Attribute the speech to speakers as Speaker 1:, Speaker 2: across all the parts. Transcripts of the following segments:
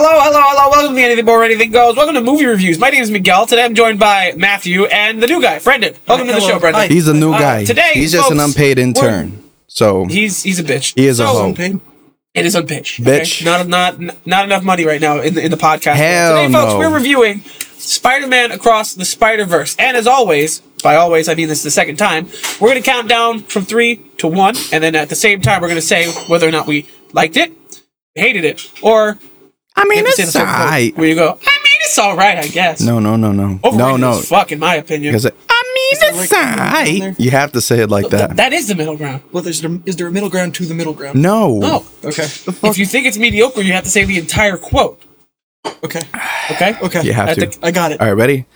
Speaker 1: Welcome to the Anything More Anything Goes. Welcome to Movie Reviews. My name is Miguel. Today I'm joined by Matthew and the new guy, Brendan. Welcome to the
Speaker 2: hello.
Speaker 1: show, Brendan.
Speaker 2: Hi.
Speaker 3: He's a new
Speaker 1: Uh,
Speaker 3: guy.
Speaker 1: today,
Speaker 3: he's just an
Speaker 1: folks,
Speaker 3: unpaid
Speaker 1: we're-
Speaker 3: intern. So
Speaker 1: He's he's a bitch.
Speaker 3: he is a
Speaker 1: So-
Speaker 3: hoe.
Speaker 2: Unpaid?
Speaker 1: It is on pitch.
Speaker 3: Bitch.
Speaker 1: Not not not enough money right now in the in the podcast.
Speaker 3: Hell
Speaker 1: Today, folks,
Speaker 3: no.
Speaker 1: we're reviewing Spider-Man Across the Spider-Verse, and as always, by always I mean this the second time, we're gonna count down from three to one, and then at the same time we're gonna say whether or not we liked it, hated it, or
Speaker 3: I mean,
Speaker 1: you have to say the
Speaker 3: it's
Speaker 1: full quote,
Speaker 3: alright.
Speaker 1: where you go. I mean, it's all right, I guess.
Speaker 3: No, no, no, no, no,
Speaker 1: Overrated
Speaker 3: no.
Speaker 1: as fuck, in my opinion.
Speaker 3: Because I mean, it's alright. You have to say it like
Speaker 1: Th-
Speaker 3: that.
Speaker 1: that is the middle ground.
Speaker 2: Well, there's there, is there a middle ground to the middle ground?
Speaker 3: No.
Speaker 1: No,
Speaker 2: Okay.
Speaker 1: if you think it's mediocre, you have to say the entire quote.
Speaker 2: Okay.
Speaker 1: Okay.
Speaker 2: Okay.
Speaker 3: You
Speaker 1: I
Speaker 3: have to.
Speaker 1: think-
Speaker 2: I got it.
Speaker 3: All right, ready?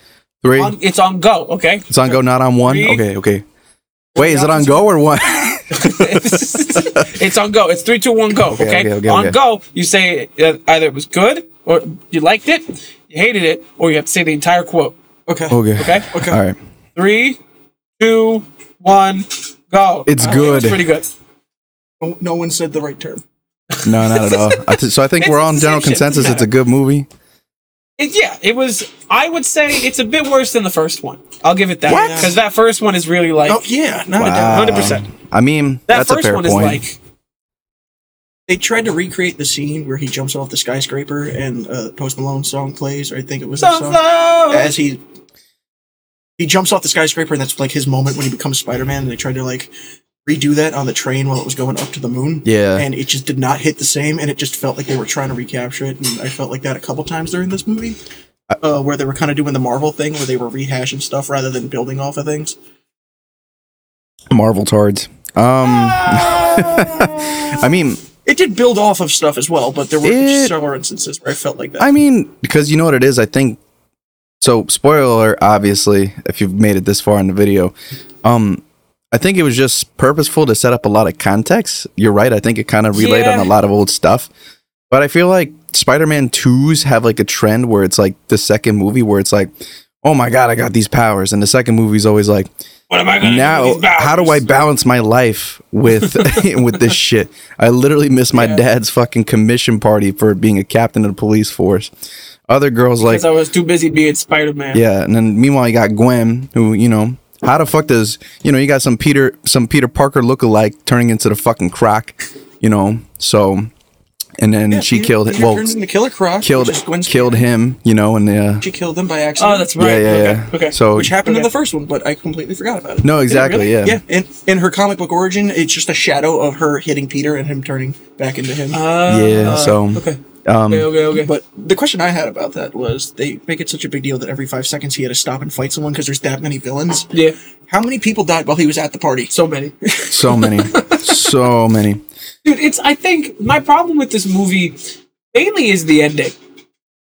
Speaker 3: Three.
Speaker 1: On, it's on go. Okay.
Speaker 3: It's on go, not on one.
Speaker 1: Three.
Speaker 3: Okay, okay. Wait, is it on go or one?
Speaker 1: it's on go. It's three, two, one, go. Okay.
Speaker 3: okay, okay,
Speaker 1: on
Speaker 3: okay.
Speaker 1: go, you say uh, either it was good or you liked it, you hated it, or you have to say the entire quote.
Speaker 2: Okay.
Speaker 3: Okay.
Speaker 1: Okay.
Speaker 2: Okay.
Speaker 3: All right.
Speaker 1: Three, two, one, go.
Speaker 3: It's
Speaker 1: I think
Speaker 3: good.
Speaker 1: It's pretty good.
Speaker 2: No, no one said the right term.
Speaker 3: No, not at all. I th- so I think
Speaker 1: It's
Speaker 3: we're
Speaker 1: a
Speaker 3: on general
Speaker 1: decision.
Speaker 3: consensus. It's a good movie.
Speaker 1: It, yeah, it was. I would say it's a bit worse than the first one. I'll give it that
Speaker 3: What?
Speaker 1: because that first one is really like
Speaker 2: Oh yeah, not a doubt.
Speaker 3: Wow.
Speaker 1: 100%.
Speaker 3: I mean,
Speaker 1: that
Speaker 3: that's a
Speaker 1: first
Speaker 3: fair
Speaker 1: one
Speaker 3: point.
Speaker 1: is like
Speaker 2: They tried to recreate the scene where he jumps off the skyscraper and uh, Post Malone song plays, or I think it was that
Speaker 1: so
Speaker 2: song.
Speaker 1: low.
Speaker 2: As he he jumps off the skyscraper, and that's like his moment when he becomes Spider Man. And they tried to like redo that on the train while it was going up to the moon.
Speaker 3: Yeah.
Speaker 2: And it just did not hit the same, and it just felt like they were trying to recapture it. And I felt like that a couple times during this movie, uh, where they were kind of doing the Marvel thing, where they were rehashing stuff rather than building off of things.
Speaker 3: Marvel tards. Um,
Speaker 1: Ah!
Speaker 3: I mean,
Speaker 2: It did build off of stuff as well, but there were
Speaker 3: It-
Speaker 2: several instances where I felt like that.
Speaker 3: I mean, because you know what it is. I think so. Spoiler, alert, obviously, if you've made it this far in the video, um, I think it was just purposeful to set up a lot of context. You're right. I think it kind of relayed on
Speaker 1: Yeah.
Speaker 3: a lot of old stuff, but I feel like Spider-Man twos have like a trend where it's like the second movie where it's like, oh my god, I got these powers, and the second movie's always like,
Speaker 1: what am I gonna do
Speaker 3: now
Speaker 1: with these
Speaker 3: how do I
Speaker 1: powers?
Speaker 3: balance my life with with this shit? I literally missed my dad's fucking commission party for being a captain of the police force. Other girls like
Speaker 1: Because I was too busy being Spider Man.
Speaker 3: yeah, and then meanwhile you got Gwen who, you know, how the fuck does you know, you got some Peter some Peter Parker lookalike turning into the fucking croc, you know. So and then she
Speaker 2: Peter-
Speaker 3: killed
Speaker 2: Peter
Speaker 3: well
Speaker 2: turned into Killer Croc,
Speaker 3: killed
Speaker 2: which is Gwen's
Speaker 3: killed him, you know, and uh,
Speaker 2: She killed him by accident.
Speaker 1: Oh, that's right.
Speaker 3: yeah, yeah,
Speaker 1: okay.
Speaker 3: yeah.
Speaker 1: Okay.
Speaker 3: So
Speaker 2: which happened in
Speaker 1: Okay.
Speaker 2: the first one, but I completely forgot about it.
Speaker 3: Oh, no, exactly,
Speaker 1: really?
Speaker 3: yeah.
Speaker 2: Yeah, in, in her comic book origin, it's just a shadow of her hitting Peter and him turning back into him.
Speaker 1: Uh,
Speaker 3: Yeah, so
Speaker 1: Okay.
Speaker 3: um
Speaker 1: Okay. Okay. Okay.
Speaker 2: but the question I had about that was they make it such a big deal that every five seconds he had to stop and fight someone because there's that many villains.
Speaker 1: yeah.
Speaker 2: How many people died while he was at the party?
Speaker 1: So many.
Speaker 3: so many. so many.
Speaker 1: Dude, it's. I think my problem with this movie mainly is the ending.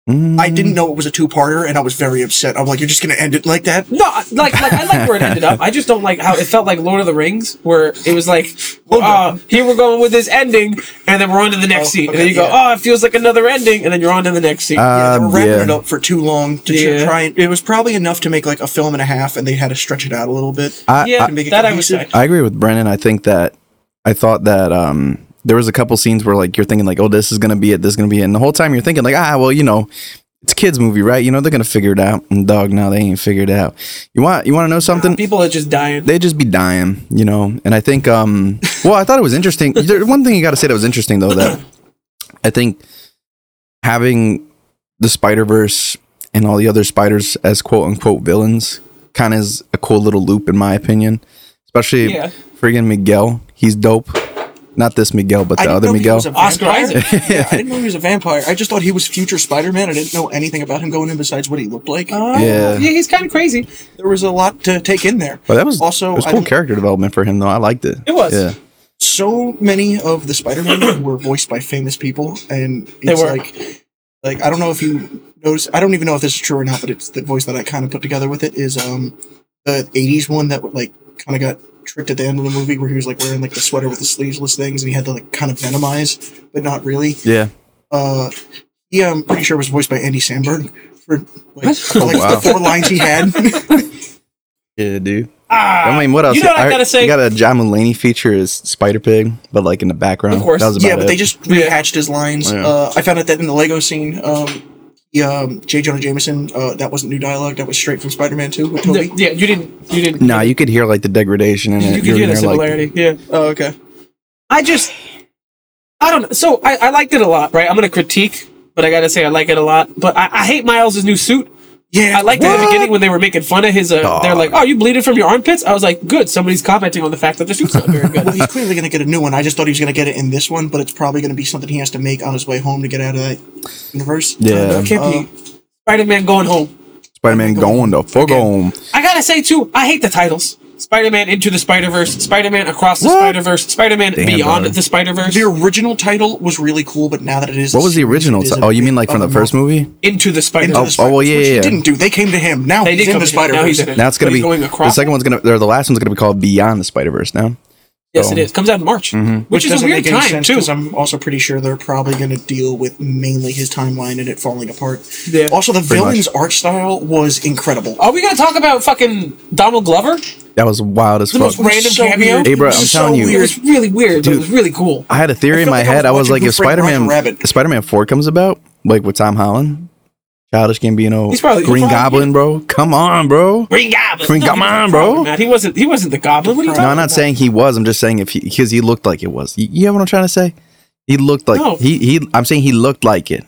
Speaker 2: I
Speaker 3: Mm.
Speaker 2: didn't know it was a two-parter, and I was very upset. I'm like, you're just gonna end it like that?
Speaker 1: No, I- like, like I like where it ended up. I just don't like how it felt like Lord of the Rings, where it was like,
Speaker 2: Hold
Speaker 1: uh,
Speaker 2: on.
Speaker 1: here we're going with this ending, and then we're on to the next
Speaker 2: Oh,
Speaker 1: scene, and
Speaker 2: okay,
Speaker 1: then you go,
Speaker 2: yeah.
Speaker 1: oh, it feels like another ending, and then you're on to the next scene.
Speaker 2: yeah, they
Speaker 3: Um,
Speaker 2: were wrapping
Speaker 3: yeah.
Speaker 2: it up for too long to tr-
Speaker 1: Yeah.
Speaker 2: try and it was probably enough to make like a film and a half and they had to stretch it out a little bit
Speaker 3: I,
Speaker 1: yeah,
Speaker 3: I,
Speaker 2: make it
Speaker 1: that I would
Speaker 2: cohesive.
Speaker 1: say.
Speaker 3: I agree with Brennan. I think that I thought that um there was a couple scenes where like you're thinking like, oh, this is gonna be it, this is gonna be it. And the whole time you're thinking like, ah, well, you know, it's a kids movie, right? You know, they're gonna figure it out. And dog, no, they ain't figured it out. You want you wanna know something?
Speaker 1: People are just dying.
Speaker 3: They just be dying, you know. And I think um well, I thought it was interesting. There, one thing you gotta say that was interesting though that I think having the Spider Verse and all the other spiders as quote unquote villains kind of is a cool little loop in my opinion. Especially
Speaker 1: Yeah.
Speaker 3: friggin' Miguel, he's dope. Not this Miguel, but
Speaker 2: I
Speaker 3: the
Speaker 2: didn't
Speaker 3: other
Speaker 2: know he
Speaker 3: Miguel.
Speaker 2: was a vampire.
Speaker 1: Oscar Isaac.
Speaker 2: yeah, I didn't know he was a vampire. I just thought he was future Spider-Man. I didn't know anything about him going in besides what he looked like.
Speaker 1: Uh,
Speaker 3: Yeah.
Speaker 1: yeah, he's kind of crazy.
Speaker 2: there was a lot to take in there.
Speaker 3: But that was
Speaker 2: also
Speaker 3: it was
Speaker 2: I
Speaker 3: cool
Speaker 2: don't-
Speaker 3: character development for him though. I liked it.
Speaker 1: It was.
Speaker 3: Yeah.
Speaker 2: so many of the Spider-Man were voiced by famous people, and it's
Speaker 1: were.
Speaker 2: like, like I don't know if you notice. I don't even know if this is true or not, but it's the voice that I kind of put together with it is um the '80s one that would like kind of got tricked at the end of the movie where he was like wearing like the sweater with the sleeveless things, and he had to like kind of venomize, but not really.
Speaker 3: Yeah.
Speaker 2: Uh, he I'm pretty sure was voiced by Andy Samberg for like, for, like
Speaker 3: Oh, wow.
Speaker 2: the four lines he had.
Speaker 3: Yeah, dude.
Speaker 1: Ah,
Speaker 3: I mean, what else?
Speaker 1: You know what I,
Speaker 3: I-
Speaker 1: gotta say?
Speaker 3: You got a John Mulaney feature is Spider Pig, but like in the background.
Speaker 1: Of course.
Speaker 3: That was about
Speaker 2: yeah, but
Speaker 3: it.
Speaker 2: they just
Speaker 1: Yeah.
Speaker 2: rehatched his lines.
Speaker 3: Yeah.
Speaker 2: Uh, I found out that in the Lego scene, um, the um, J. Jonah Jameson, uh, that wasn't new dialogue. That was straight from Spider Man 2 with Toby.
Speaker 1: Yeah, you didn't. You didn't.
Speaker 3: Nah, you could hear like the degradation in it.
Speaker 1: you
Speaker 3: You're
Speaker 1: could hear the
Speaker 3: in there, like-
Speaker 1: similarity. yeah.
Speaker 2: Oh, okay.
Speaker 1: I just, I don't know. So I, I liked it a lot, right? I'm gonna critique, but I gotta say I like it a lot. But I, I hate Miles' new suit.
Speaker 2: Yeah.
Speaker 1: I liked it at the
Speaker 3: What?
Speaker 1: beginning when they were making fun of his. Uh, they're like, "Oh, you bleeding from your armpits?" I was like, "Good, somebody's commenting on the fact that the suit's not very good."
Speaker 2: Well, he's clearly going to get a new one. I just thought he was going to get it in this one, but it's probably going to be something he has to make on his way home to get out of that universe.
Speaker 3: Yeah. Uh-huh.
Speaker 1: It can't be Spider-Man going home.
Speaker 3: Spider-Man going the fuck home.
Speaker 1: I gotta say too, I hate the titles. Spider-Man into the Spider-Verse, Spider-Man across the
Speaker 3: What?
Speaker 1: Spider-Verse, Spider-Man beyond
Speaker 3: brother.
Speaker 1: the Spider-Verse,
Speaker 2: The original title was really cool, but now that it is,
Speaker 3: What was the original?
Speaker 2: it is
Speaker 3: ti-
Speaker 2: a
Speaker 3: oh, you
Speaker 2: big
Speaker 3: mean like from the
Speaker 2: fucking
Speaker 3: first movie?
Speaker 1: into the
Speaker 2: Into
Speaker 1: Spider-Verse.
Speaker 2: the
Speaker 3: oh, yeah,
Speaker 2: which
Speaker 3: yeah,
Speaker 2: he
Speaker 3: yeah.
Speaker 2: didn't do. They came to him. Now
Speaker 1: They
Speaker 2: he's
Speaker 1: did
Speaker 2: in
Speaker 1: come
Speaker 2: the
Speaker 1: to him.
Speaker 2: Spider
Speaker 1: Now he's in
Speaker 2: Verse.
Speaker 1: it.
Speaker 3: Now it's
Speaker 1: But
Speaker 3: gonna
Speaker 1: he's
Speaker 3: be
Speaker 1: going
Speaker 3: the
Speaker 1: across.
Speaker 3: second one's gonna or the last one's gonna be called Beyond the Spider-Verse now.
Speaker 1: Yes, it is. Comes out in March,
Speaker 3: Mm-hmm.
Speaker 1: which, is a weird time too.
Speaker 2: because I'm also pretty sure they're probably going to deal with mainly his timeline and it falling apart.
Speaker 1: Yeah.
Speaker 2: Also, the
Speaker 3: much.
Speaker 2: villain's art style was incredible.
Speaker 1: Are we gonna talk about fucking Donald Glover?
Speaker 3: That was wild as
Speaker 1: The most
Speaker 3: fuck.
Speaker 1: random cameo.
Speaker 3: Hey, bro,
Speaker 2: It was
Speaker 3: I'm telling you.
Speaker 1: It was really weird, but it was really cool.
Speaker 3: I had a
Speaker 2: I
Speaker 3: theory in
Speaker 2: felt
Speaker 3: my
Speaker 2: like I was
Speaker 3: head. I was
Speaker 2: watching
Speaker 3: like,
Speaker 2: Who
Speaker 3: if
Speaker 2: Framed Roger
Speaker 3: Spider-Man,
Speaker 2: Rabbit.
Speaker 3: if Spider-Man Four comes about, like with Tom Holland, Childish Gambino,
Speaker 1: He's probably-
Speaker 3: Green
Speaker 1: he's probably-
Speaker 3: Goblin, bro, come on, bro.
Speaker 1: Green Goblin.
Speaker 3: Green
Speaker 1: No, he wasn't
Speaker 3: Goblin,
Speaker 1: the
Speaker 3: bro.
Speaker 1: Goblin, man. He wasn't. He wasn't the Goblin. What are you
Speaker 2: No,
Speaker 1: talking
Speaker 3: No,
Speaker 1: about?
Speaker 3: I'm not saying he was. I'm just saying if he because he looked like it was. You, you know what I'm trying to say? He looked like
Speaker 1: No.
Speaker 3: he he. I'm saying he looked like it.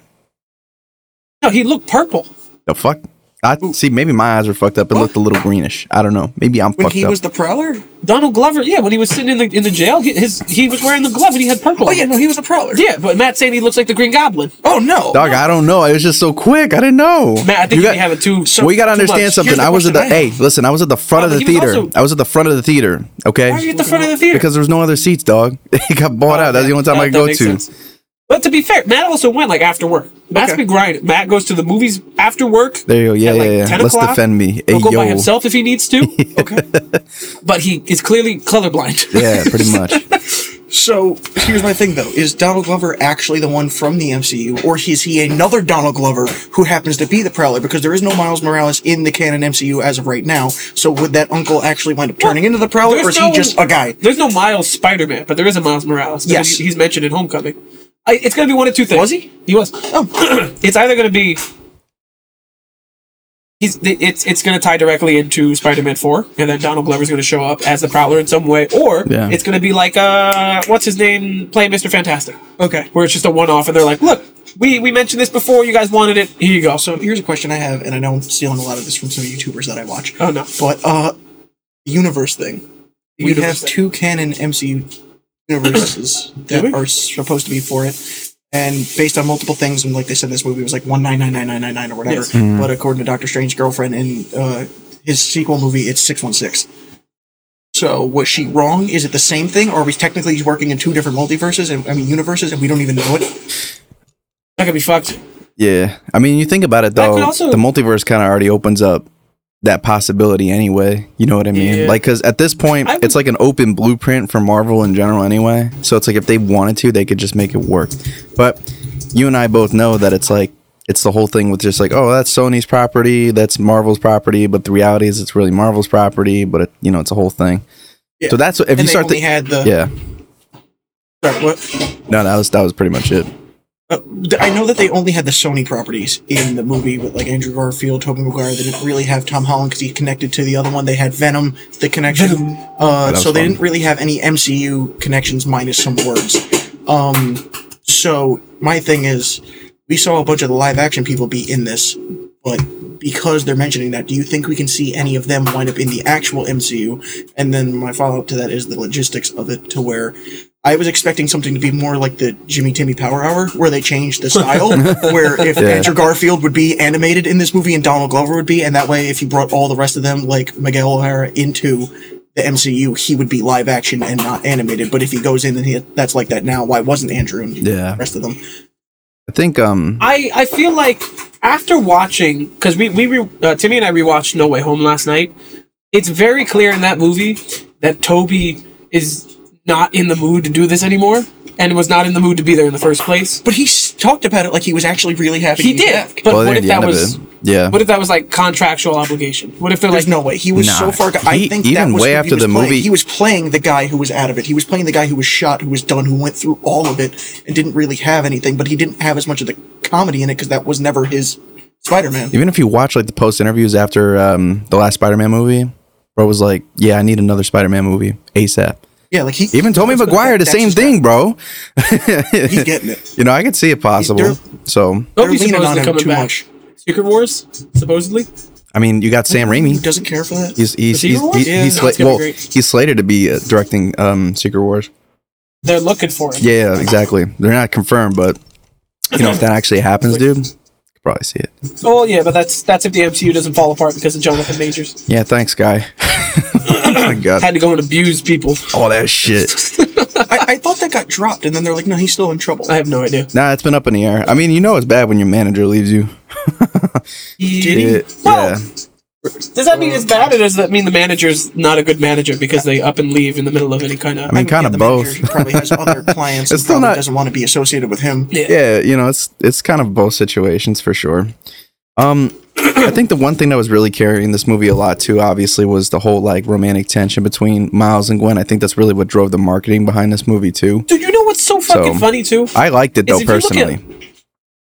Speaker 1: No, he looked purple.
Speaker 3: The fuck? I see. Maybe my eyes were fucked up. It looked a little greenish. I don't know. Maybe I'm
Speaker 2: When
Speaker 3: fucked
Speaker 2: he
Speaker 3: up.
Speaker 2: was the Prowler.
Speaker 1: Donald Glover. Yeah, when he was sitting in the in the jail, he, his he was wearing the glove and he had purple.
Speaker 2: Oh
Speaker 1: on
Speaker 2: yeah,
Speaker 1: it.
Speaker 2: no, he was the Prowler.
Speaker 1: Yeah, but Matt's saying he looks like the Green Goblin.
Speaker 2: Oh no.
Speaker 3: Dog, I don't know. It was just so quick. I didn't know.
Speaker 1: Matt, I think you,
Speaker 3: got,
Speaker 1: have it too. So,
Speaker 3: well, you got to
Speaker 1: too much.
Speaker 3: understand something.
Speaker 2: the
Speaker 3: I was at the
Speaker 2: question I
Speaker 3: hey, listen. I was at the front
Speaker 1: Oh,
Speaker 3: of the
Speaker 1: but he was
Speaker 3: theater.
Speaker 1: also-
Speaker 3: I was at the front of the theater. Okay,
Speaker 1: Why are you at the front of the theater? Oh,
Speaker 3: because there was no other seats, dog. It got bought out. That's the only time
Speaker 1: That-
Speaker 3: I could
Speaker 1: that
Speaker 3: go to.
Speaker 1: makes sense. But to be fair, Matt also went like after work. Matt's
Speaker 2: Okay.
Speaker 1: been grinding. Matt goes to the movies after work.
Speaker 3: There you go. Yeah,
Speaker 1: at, like,
Speaker 3: yeah, yeah.
Speaker 1: 10
Speaker 3: Let's
Speaker 1: o'clock.
Speaker 3: defend me. Hey,
Speaker 1: He'll go by
Speaker 3: yo.
Speaker 1: himself if he needs to. okay. But he is clearly colorblind.
Speaker 3: Yeah, pretty much.
Speaker 2: So here's my thing though: is Donald Glover actually the one from the MCU, or is he another Donald Glover who happens to be the Prowler? Because there is no Miles Morales in the canon MCU as of right now. So would that uncle actually wind up turning into the Prowler, or is he just a guy?
Speaker 1: There's no Miles Spider Man, but there is a Miles Morales. because
Speaker 2: Yes.
Speaker 1: he- he's mentioned in Homecoming. I, it's going to be one of two things.
Speaker 2: Was he?
Speaker 1: He was.
Speaker 2: Oh.
Speaker 1: it's either going to be. He's, it's it's going to tie directly into Spider-Man Four, and then Donald Glover's going to show up as the Prowler in some way, or
Speaker 3: Yeah.
Speaker 1: it's going to be like uh, what's his name playing Mister Fantastic,
Speaker 2: Okay.
Speaker 1: where it's just a one-off, and they're like, look, we we mentioned this before, you guys wanted it, here you go. So
Speaker 2: So here's a question I have, and I know I'm stealing a lot of this from some YouTubers that I watch.
Speaker 1: oh no,
Speaker 2: But uh, the universe thing. We
Speaker 1: Universe
Speaker 2: have
Speaker 1: thing.
Speaker 2: two canon MCU universes
Speaker 1: Do we?
Speaker 2: that are supposed to be for it, and based on multiple things, and like they said, this movie was like one nine nine nine nine nine nine or whatever.
Speaker 1: Yes.
Speaker 2: But according to Doctor Strange's girlfriend in uh, his sequel movie, it's six one six. So was she wrong? Is it the same thing, or are we technically working in two different multiverses and I mean universes, and we don't even know it?
Speaker 1: that could be fucked.
Speaker 3: Yeah. I mean, you think about it
Speaker 1: That could
Speaker 3: though,
Speaker 1: also-
Speaker 3: the multiverse kind of already opens up that possibility anyway. You know what I mean?
Speaker 1: Yeah.
Speaker 3: Like, because at this point,
Speaker 1: I would-
Speaker 3: it's like an open blueprint for Marvel in general anyway. So it's like if they wanted to, they could just make it work. But you and I both know that it's like, it's the whole thing with just like, oh, that's Sony's property, that's Marvel's property, but the reality is it's really Marvel's property, but it, you know, it's a whole thing.
Speaker 2: Yeah.
Speaker 3: So that's what, if
Speaker 2: And
Speaker 3: you
Speaker 2: they
Speaker 3: start
Speaker 2: only
Speaker 3: to,
Speaker 2: had the
Speaker 3: yeah,
Speaker 2: sorry, what?
Speaker 3: no, that was, that was pretty much it.
Speaker 2: Uh, th- I know that they only had the Sony properties in the movie with like Andrew Garfield, Tobey Maguire. They didn't really have Tom Holland because he connected to the other one. They had Venom, the connection. Uh,
Speaker 3: was
Speaker 2: so they
Speaker 3: fun.
Speaker 2: didn't really have any MCU connections minus some words. Um, so my thing is, we saw a bunch of the live action people be in this, but because they're mentioning that, do you think we can see any of them wind up in the actual MCU? And then my follow up to that is the logistics of it to where I was expecting something to be more like the Jimmy Timmy Power Hour, where they changed the style, where if Andrew Garfield would be animated in this movie and Donald Glover would be, and that way if you brought all the rest of them, like Miguel O'Hara, into the MCU, he would be live action and not animated. But if he goes in and he, that's like that now, why wasn't Andrew and
Speaker 3: Yeah.
Speaker 2: the rest of them?
Speaker 3: I think, um,
Speaker 1: I, I feel like after watching because we we re, uh, Timmy and I rewatched No Way Home last night. It's very clear in that movie that Toby is not in the mood to do this anymore, and was not in the mood to be there in the first place.
Speaker 2: But he s- talked about it like he was actually really happy.
Speaker 1: He
Speaker 2: to be
Speaker 1: did,
Speaker 2: back.
Speaker 1: but
Speaker 3: well,
Speaker 1: what
Speaker 3: they're
Speaker 1: if
Speaker 3: the
Speaker 1: that
Speaker 3: end
Speaker 1: was
Speaker 3: of it. Yeah.
Speaker 1: what if that was like contractual obligation? What if they're
Speaker 2: There's
Speaker 1: like
Speaker 2: no way he was
Speaker 3: Nah,
Speaker 2: so far. go- I
Speaker 3: he-
Speaker 2: think
Speaker 3: even
Speaker 2: that was
Speaker 3: way
Speaker 2: who he
Speaker 3: after
Speaker 2: was
Speaker 3: the
Speaker 2: playing.
Speaker 3: movie-
Speaker 2: he was playing the guy who was out of it. He was playing the guy who was shot, who was done, who went through all of it and didn't really have anything. But he didn't have as much of the comedy in it because that was never his Spider-Man.
Speaker 3: Even if you watch like the post interviews after um, the last Spider-Man movie, bro was like, "Yeah, I need another Spider-Man movie ASAP."
Speaker 2: Yeah, like he
Speaker 3: Even Tommy Maguire, the
Speaker 2: That's
Speaker 3: same
Speaker 2: his
Speaker 3: thing, bro.
Speaker 2: guy. He's getting it.
Speaker 3: You know, I could see it possible.
Speaker 2: They're-
Speaker 3: So,
Speaker 2: They're
Speaker 1: Obi's
Speaker 2: leaning
Speaker 1: supposed
Speaker 2: on
Speaker 1: to
Speaker 2: him
Speaker 1: coming
Speaker 2: too
Speaker 1: back.
Speaker 2: much.
Speaker 1: Secret Wars, supposedly.
Speaker 3: I mean, you got Sam
Speaker 2: He
Speaker 3: Raimi.
Speaker 2: doesn't care for that.
Speaker 3: He's he's
Speaker 1: Is he
Speaker 3: he's,
Speaker 1: the one?
Speaker 3: he's,
Speaker 1: Yeah,
Speaker 3: he's,
Speaker 1: no,
Speaker 3: sla-
Speaker 1: it's gonna be
Speaker 3: well,
Speaker 1: great.
Speaker 3: he's slated to be uh, directing um, Secret Wars.
Speaker 1: They're looking for him.
Speaker 3: Yeah, yeah, exactly. They're not confirmed, but you know, if that actually happens, dude, you could probably see it.
Speaker 1: Oh yeah, but that's that's if the MCU doesn't fall apart because of Jonathan Majors.
Speaker 3: Yeah, thanks, guy. oh my god,
Speaker 1: Had to go and abuse people.
Speaker 3: all that shit.
Speaker 2: I, I thought that got dropped, and then they're like, no, he's still in trouble.
Speaker 1: I have no idea.
Speaker 3: Nah, it's been up in the air. I mean, you know, it's bad when your manager leaves you.
Speaker 1: Did
Speaker 3: It- yeah,
Speaker 1: Does that mean it's bad, or does that mean the manager's not a good manager because they up and leave in the middle of any kind of?
Speaker 3: I mean,
Speaker 2: Yeah,
Speaker 3: kind of
Speaker 2: the
Speaker 3: both.
Speaker 2: manager probably has other clients.
Speaker 3: It's
Speaker 2: and
Speaker 3: still
Speaker 2: probably
Speaker 3: not-
Speaker 2: doesn't want to be associated with him.
Speaker 3: yeah, you know, it's it's kind of both situations for sure. Um, I think the one thing that was really carrying this movie a lot too, obviously, was the whole like romantic tension between Miles and Gwen. I think that's really what drove the marketing behind this movie too.
Speaker 1: Dude, you know what's so fucking
Speaker 3: So-
Speaker 1: funny too?
Speaker 3: I liked
Speaker 1: Is
Speaker 3: it though
Speaker 1: if you look at-
Speaker 3: personally.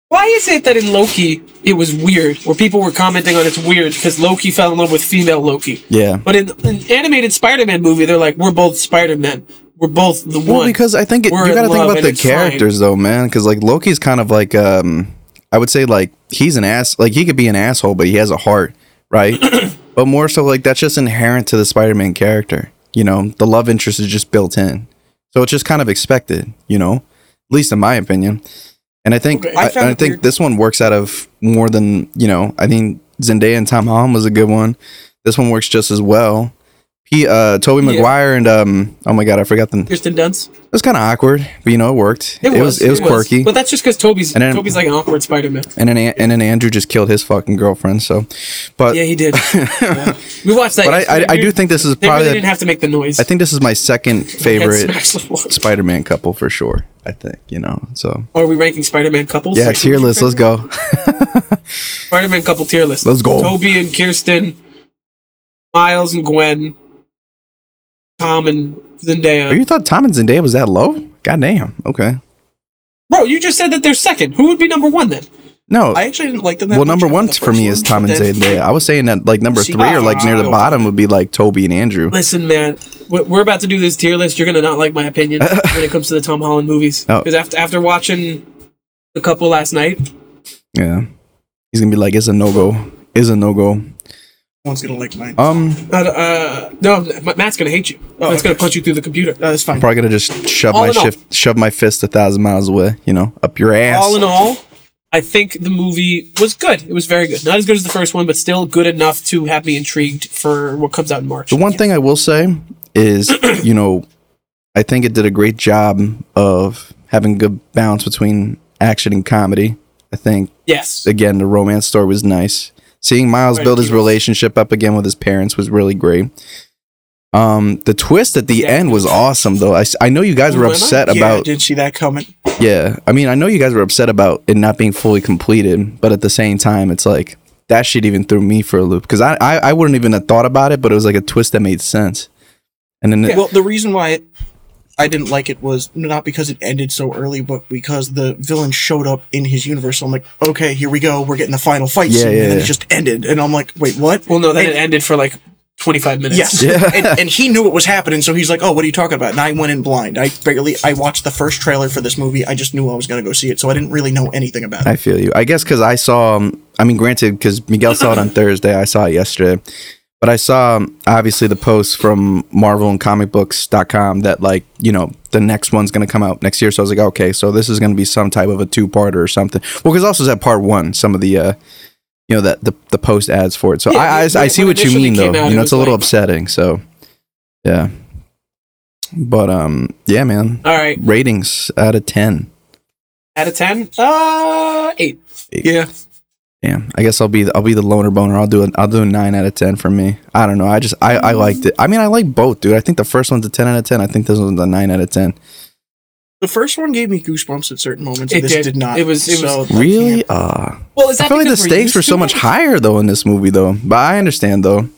Speaker 1: Why is it that in Loki it was weird, or people were commenting on it's weird because Loki fell in love with female Loki?
Speaker 3: Yeah.
Speaker 1: But in an animated Spider-Man movie, they're like, we're both Spider-Men. We're both the
Speaker 3: Well,
Speaker 1: one.
Speaker 3: because I think it,
Speaker 1: We're
Speaker 3: you got to
Speaker 1: in
Speaker 3: think
Speaker 1: love
Speaker 3: about
Speaker 1: and
Speaker 3: the
Speaker 1: it's fine.
Speaker 3: characters though, man. Because like Loki's kind of like um, I would say like he's an ass. Like he could be an asshole, but he has a heart, right? but more so like that's just inherent to the Spider-Man character. You know, the love interest is just built in, so it's just kind of expected. You know, at least in my opinion. And I think
Speaker 1: Okay.
Speaker 3: I,
Speaker 2: I found
Speaker 3: and I
Speaker 2: it
Speaker 3: think
Speaker 2: weird.
Speaker 3: this one works out of more than you know. I think Zendaya and Tom Holland was a good one. This one works just as well. He, uh, Toby
Speaker 1: Yeah.
Speaker 3: Maguire and um, oh my god, I forgot the
Speaker 1: Kirsten Dunst.
Speaker 3: it was kind of awkward, but you know it worked. It, was, it was quirky.
Speaker 1: But that's just because Toby's
Speaker 3: And then-
Speaker 1: Toby's like an awkward Spider-Man.
Speaker 3: and then An- and then Andrew just killed his fucking girlfriend. So, but
Speaker 1: Yeah, he did. Yeah. We watched that.
Speaker 3: Uh, but I, I I
Speaker 1: yesterday,
Speaker 3: do
Speaker 1: dude.
Speaker 3: think this is
Speaker 1: they
Speaker 3: probably
Speaker 1: really didn't have to make the noise.
Speaker 3: I think this is my second favorite
Speaker 1: That's actually what-
Speaker 3: Spider-Man couple for sure. I think you know. So
Speaker 1: Are we ranking Spider-Man couples?
Speaker 3: yeah, tier list. Let's go.
Speaker 1: Spider-Man couple tier list.
Speaker 3: Let's go.
Speaker 1: Toby and Kirsten, Miles and Gwen, Tom and Zendaya.
Speaker 3: Oh, you thought Tom and Zendaya was that low? God damn. Okay.
Speaker 1: Bro, you just said that they're second. Who would be number one then?
Speaker 3: No.
Speaker 2: I actually didn't like them. That
Speaker 3: well,
Speaker 2: much
Speaker 3: number
Speaker 2: after
Speaker 3: one
Speaker 2: the
Speaker 3: for
Speaker 2: first
Speaker 3: me
Speaker 2: one,
Speaker 3: is Tom
Speaker 2: but
Speaker 3: and
Speaker 2: then-
Speaker 3: Zendaya. I was saying that like number
Speaker 2: See,
Speaker 3: three or like near the
Speaker 2: ah.
Speaker 3: bottom would be like Toby and Andrew.
Speaker 1: Listen, man, we- we're about to do this tier list. You're gonna not like my opinion when it comes to the Tom Holland movies.
Speaker 3: Oh.
Speaker 1: Because after after watching the couple last night,
Speaker 3: Yeah. He's gonna be like, it's a no go. Is a no go.
Speaker 2: No one's gonna like mine.
Speaker 3: Um.
Speaker 1: uh, uh, no, Ma- Matt's gonna hate you.
Speaker 2: Oh,
Speaker 1: Matt's gonna
Speaker 2: okay.
Speaker 1: punch you through the computer.
Speaker 2: Uh, that's fine.
Speaker 3: probably gonna just shove
Speaker 1: All
Speaker 3: my
Speaker 1: in all-
Speaker 3: shift, shove my fist a thousand miles away. You know, up your ass.
Speaker 1: All in all, I think the movie was good. It was very good. Not as good as the first one, but still good enough to have me intrigued for what comes out in March.
Speaker 3: the one thing I will say is, you know, I think it did a great job of having good balance between action and comedy. I think
Speaker 1: Yes.
Speaker 3: again the romance story was nice. Seeing Miles
Speaker 1: Right,
Speaker 3: build
Speaker 1: he
Speaker 3: his
Speaker 1: was-
Speaker 3: relationship up again with his parents was really great. Um, the twist at the
Speaker 1: Yeah.
Speaker 3: end was awesome, though. I, s- I know you guys were
Speaker 1: Why not?
Speaker 3: upset
Speaker 2: yeah, I
Speaker 3: about
Speaker 2: did see that coming.
Speaker 3: Yeah, I mean, I know you guys were upset about it not being fully completed, but at the same time, it's like that shit even threw me for a loop because I, I I wouldn't even have thought about it, but it was like a twist that made sense. And then it,
Speaker 2: Well, the reason why it, I didn't like it was not because it ended so early, but because the villain showed up in his universe. So I'm like, okay, here we go. We're getting the final fight
Speaker 3: Yeah,
Speaker 2: scene, and
Speaker 3: yeah,
Speaker 2: then
Speaker 3: yeah.
Speaker 2: it just ended. And I'm like, wait, what?
Speaker 1: Well, no, then it ended for like 25 minutes.
Speaker 2: Yes,
Speaker 3: Yeah.
Speaker 2: and, and he knew what was happening, so he's like, "Oh, what are you talking about?" And I went in blind. I barely. I watched the first trailer for this movie. I just knew I was gonna go see it, so I didn't really know anything about it.
Speaker 3: I feel you. I guess because I saw. Um, I mean, granted, because Miguel saw it on Thursday, I saw it yesterday, but I saw um, obviously the post from Marvel and ComicBooks.com that like you know the next one's gonna come out next year. So I was like, okay, so this is gonna be some type of a two-parter or something. Well, because also that part one, some of the. uh you know that the, the post ads for it, so
Speaker 1: Yeah,
Speaker 3: I I,
Speaker 1: when-
Speaker 3: I see
Speaker 1: when
Speaker 3: what you
Speaker 1: initially
Speaker 3: mean though.
Speaker 1: came out,
Speaker 3: you
Speaker 1: it
Speaker 3: know, it's a
Speaker 1: was
Speaker 3: little
Speaker 1: like-
Speaker 3: upsetting. So, yeah, but um, yeah, man.
Speaker 1: All right.
Speaker 3: Ratings out of ten.
Speaker 1: Out of 10? Uh, 8.
Speaker 3: Eight.
Speaker 1: Yeah.
Speaker 3: Yeah, I guess I'll be I'll be the loner boner. I'll do it. I'll do a nine out of ten for me. I don't know. I just I I liked it. I mean, I like both, dude. I think the first one's a ten out of ten. I think this one's a nine out of ten.
Speaker 2: The first one gave me goosebumps at certain moments. and
Speaker 1: It
Speaker 2: this
Speaker 1: did.
Speaker 2: did. not.
Speaker 1: It was- it
Speaker 2: so
Speaker 1: was-
Speaker 2: I
Speaker 3: Really?
Speaker 2: can't-
Speaker 3: Uh,
Speaker 1: Well, is that
Speaker 3: I feel like the
Speaker 1: because we're
Speaker 3: stakes
Speaker 1: used
Speaker 3: were
Speaker 1: to
Speaker 3: so
Speaker 1: it?
Speaker 3: much higher though in this movie though. But I understand though.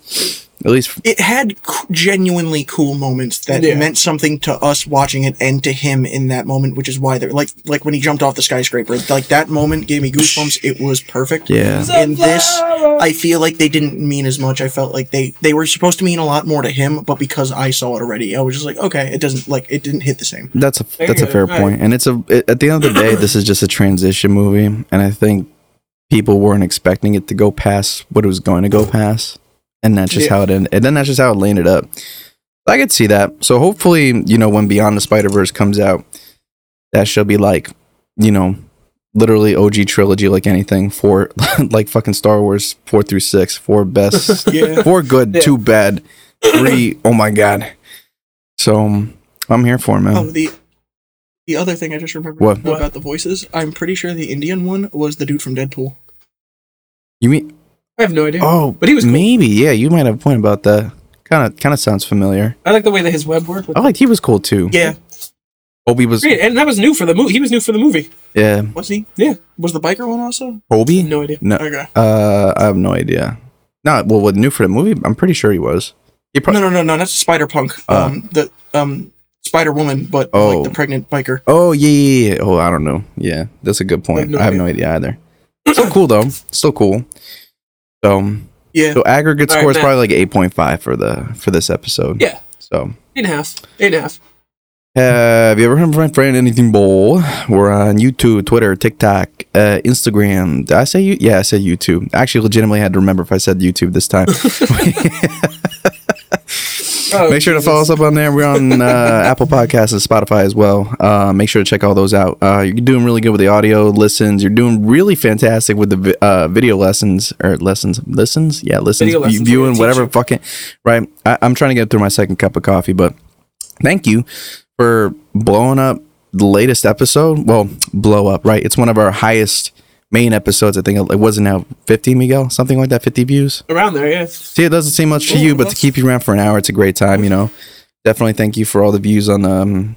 Speaker 3: At least
Speaker 2: it had c- genuinely cool moments that
Speaker 1: Yeah.
Speaker 2: meant something to us watching it and to him in that moment, which is why they're like like when he jumped off the skyscraper. Like that moment gave me goosebumps. It was perfect.
Speaker 3: Yeah.
Speaker 2: And this, I feel like they didn't mean as much. I felt like they they were supposed to mean a lot more to him, but because I saw it already, I was just like, okay, it doesn't like it didn't hit the same.
Speaker 3: that's a
Speaker 1: you
Speaker 3: that's a
Speaker 1: go.
Speaker 3: fair
Speaker 1: Alright.
Speaker 3: point. And it's a it- at the end of the day, this is just a transition movie, and I think people weren't expecting it to go past what it was going to go past, and that's just
Speaker 1: Yeah.
Speaker 3: how it ended. And then that's just how it landed up. I could see that. So hopefully, you know, when Beyond the Spider Verse comes out, that shall be like, you know, literally OG trilogy, like anything for like fucking Star Wars four through six, four best
Speaker 2: Oh,
Speaker 1: Yeah.
Speaker 3: four good,
Speaker 1: Yeah.
Speaker 3: two bad, three. Oh my god! So um, I'm here for it, man.
Speaker 2: Oh, the the other thing I just remembered
Speaker 3: Um, What?
Speaker 2: about the voices, I'm pretty sure the Indian one was the dude from Deadpool.
Speaker 3: you mean?
Speaker 1: I have no idea.
Speaker 3: Oh,
Speaker 1: But he was cool.
Speaker 3: maybe. Yeah, you might have a point about that. Kind of, kind of sounds familiar.
Speaker 1: I like the way that his web worked. With
Speaker 3: I liked he was cool too.
Speaker 2: Yeah,
Speaker 3: Obi was.
Speaker 1: Great, and that was new for the movie. He was new for the movie.
Speaker 3: Yeah,
Speaker 2: was he?
Speaker 1: Yeah.
Speaker 2: Was the biker one also?
Speaker 3: Obi.
Speaker 1: No idea.
Speaker 3: No.
Speaker 2: Okay.
Speaker 3: Uh, I have no idea. No, well, what new for the movie? I'm pretty sure he was. He
Speaker 2: No,
Speaker 3: probably.
Speaker 2: no, no, no. That's Spider Punk.
Speaker 3: Uh.
Speaker 2: um, the um Spider Woman, but
Speaker 3: Oh.
Speaker 2: like the pregnant biker.
Speaker 3: Oh yeah, yeah, yeah. Oh, I don't know. Yeah, that's a good point.
Speaker 1: no
Speaker 3: I have no idea either. Still cool though. Still cool. So,
Speaker 2: Yeah.
Speaker 3: so aggregate
Speaker 1: All right,
Speaker 3: score is
Speaker 1: Matt.
Speaker 3: probably like eight point five for the for this episode.
Speaker 1: Yeah.
Speaker 3: So
Speaker 1: Eight and a half. Eight and a half.
Speaker 3: Have you ever heard of my friend Anything Bowl? We're on YouTube, Twitter, TikTok, uh, Instagram. Did I say you? Yeah, I said YouTube. I actually legitimately had to remember if I said YouTube this time.
Speaker 1: Oh,
Speaker 3: make sure to
Speaker 1: Jesus.
Speaker 3: follow us up on there. We're on uh, Apple Podcasts and Spotify as well. Uh, make sure to check all those out. Uh, you're doing really good with the audio listens. You're doing really fantastic with the vi- uh, video lessons or lessons, listens. Yeah, listens,
Speaker 1: Video
Speaker 3: vi-
Speaker 1: lessons, we're
Speaker 3: viewing,
Speaker 1: gonna
Speaker 3: whatever.
Speaker 1: teach
Speaker 3: Fucking right. I, I'm trying to get through my second cup of coffee, but thank you for blowing up the latest episode. Well, blow up, right? It's one of our highest main episodes. I think it wasn't now 50, Miguel, something like that, 50 views.
Speaker 1: Around there, yeah.
Speaker 3: See, it doesn't seem much to you, but to keep you around for an hour, it's a great time. You know, definitely thank you for all the views on um,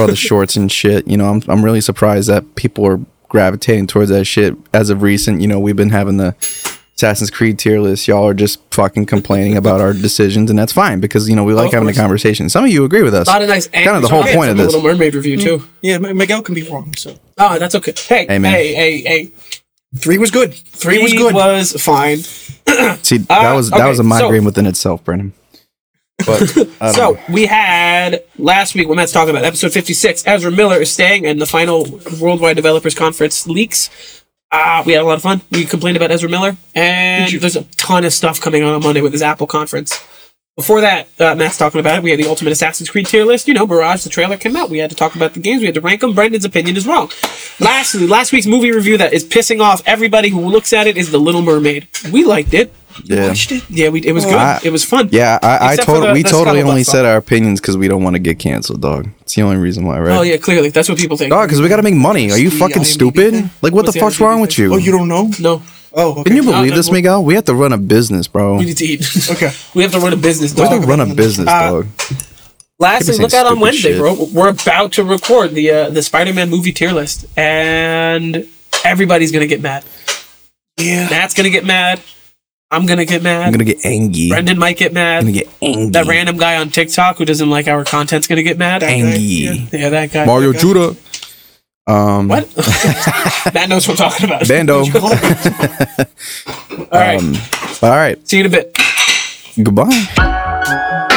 Speaker 3: all the shorts and shit. You know, I'm I'm really surprised that people are gravitating towards that shit as of recent. You know, we've been having the Assassin's Creed tier list. Y'all are just fucking complaining about our decisions, and that's fine because you know we like
Speaker 1: Of
Speaker 3: having a
Speaker 1: course.
Speaker 3: conversation. Some of you agree with us.
Speaker 1: A lot of nice.
Speaker 3: Kinda the whole point of this. Hmm.
Speaker 1: Little Mermaid review too.
Speaker 2: Yeah, M- Miguel can be wrong. So
Speaker 1: Oh, that's okay. Hey,
Speaker 3: Hey,
Speaker 1: hey,
Speaker 3: man.
Speaker 1: hey, hey, hey.
Speaker 2: three was good. Three,
Speaker 1: Three
Speaker 2: was good.
Speaker 1: was fine.
Speaker 3: See, that
Speaker 1: Uh,
Speaker 3: was that
Speaker 1: okay,
Speaker 3: was a
Speaker 1: so-
Speaker 3: migraine within itself, Brennan. But I don't
Speaker 1: So
Speaker 3: know.
Speaker 1: we had last week when Matt's talking about episode 56, Ezra Miller is staying and the final Worldwide Developers Conference leaks. Ah, we had a lot of fun. We complained about Ezra Miller, and there's a ton of stuff coming on on Monday with his Apple conference. Before that, uh, Matt's talking about it. We had the Ultimate Assassin's Creed tier list. You know, Mirage, the trailer came out. We had to talk about the games. We had to rank them. Brendan's opinion is wrong. Lastly, last week's movie review that is pissing off everybody who looks at it is The Little Mermaid. We liked it.
Speaker 3: yeah.
Speaker 1: Yeah, we, it was good.
Speaker 3: I-
Speaker 1: it was fun.
Speaker 3: Yeah, I, I
Speaker 1: Except for
Speaker 3: told
Speaker 1: the-
Speaker 3: we
Speaker 1: the
Speaker 3: totally
Speaker 1: scuttlebutt
Speaker 3: only
Speaker 1: song.
Speaker 3: said our opinions because we don't want to get canceled, dog. It's the only reason why, right?
Speaker 1: Oh yeah, clearly that's what people think.
Speaker 3: Dog, because we gotta make money. Are you
Speaker 2: The
Speaker 3: fucking
Speaker 2: IMDb
Speaker 3: stupid?
Speaker 2: thing?
Speaker 3: Like, what
Speaker 1: What's
Speaker 3: the
Speaker 1: the
Speaker 3: fuck's
Speaker 1: IMDb
Speaker 3: wrong with
Speaker 1: thing?
Speaker 3: you?
Speaker 2: Oh, you don't know?
Speaker 1: No,
Speaker 2: Oh, okay.
Speaker 3: Can you believe
Speaker 1: no,
Speaker 3: this,
Speaker 1: well-
Speaker 3: Miguel? We have to run a business, bro.
Speaker 1: we
Speaker 3: We
Speaker 1: need to eat.
Speaker 2: okay.
Speaker 1: we have to run a business,
Speaker 3: have to
Speaker 1: dog.
Speaker 3: run a business,
Speaker 1: Uh,
Speaker 3: dog.
Speaker 1: Lastly,
Speaker 3: Keep
Speaker 1: look out
Speaker 3: saying
Speaker 1: on
Speaker 3: stupid
Speaker 1: Wednesday,
Speaker 3: shit.
Speaker 1: bro. We're about to record the uh, the Spider-Man movie tier list, and everybody's gonna get mad.
Speaker 2: Yeah.
Speaker 1: Matt's gonna get mad. I'm gonna get mad.
Speaker 3: I'm gonna get angry. I'm
Speaker 1: Brendan might get mad.
Speaker 3: gonna get angry.
Speaker 1: That random guy on TikTok who doesn't like our content's gonna get mad.
Speaker 2: That-
Speaker 3: angry.
Speaker 2: Yeah.
Speaker 1: Yeah, that guy.
Speaker 3: Mario Judah. Um,
Speaker 1: What? Matt knows what I'm talking about.
Speaker 3: Bando.
Speaker 2: Call it-
Speaker 1: All right.
Speaker 3: Um, all right.
Speaker 1: See you in a bit.
Speaker 3: Goodbye.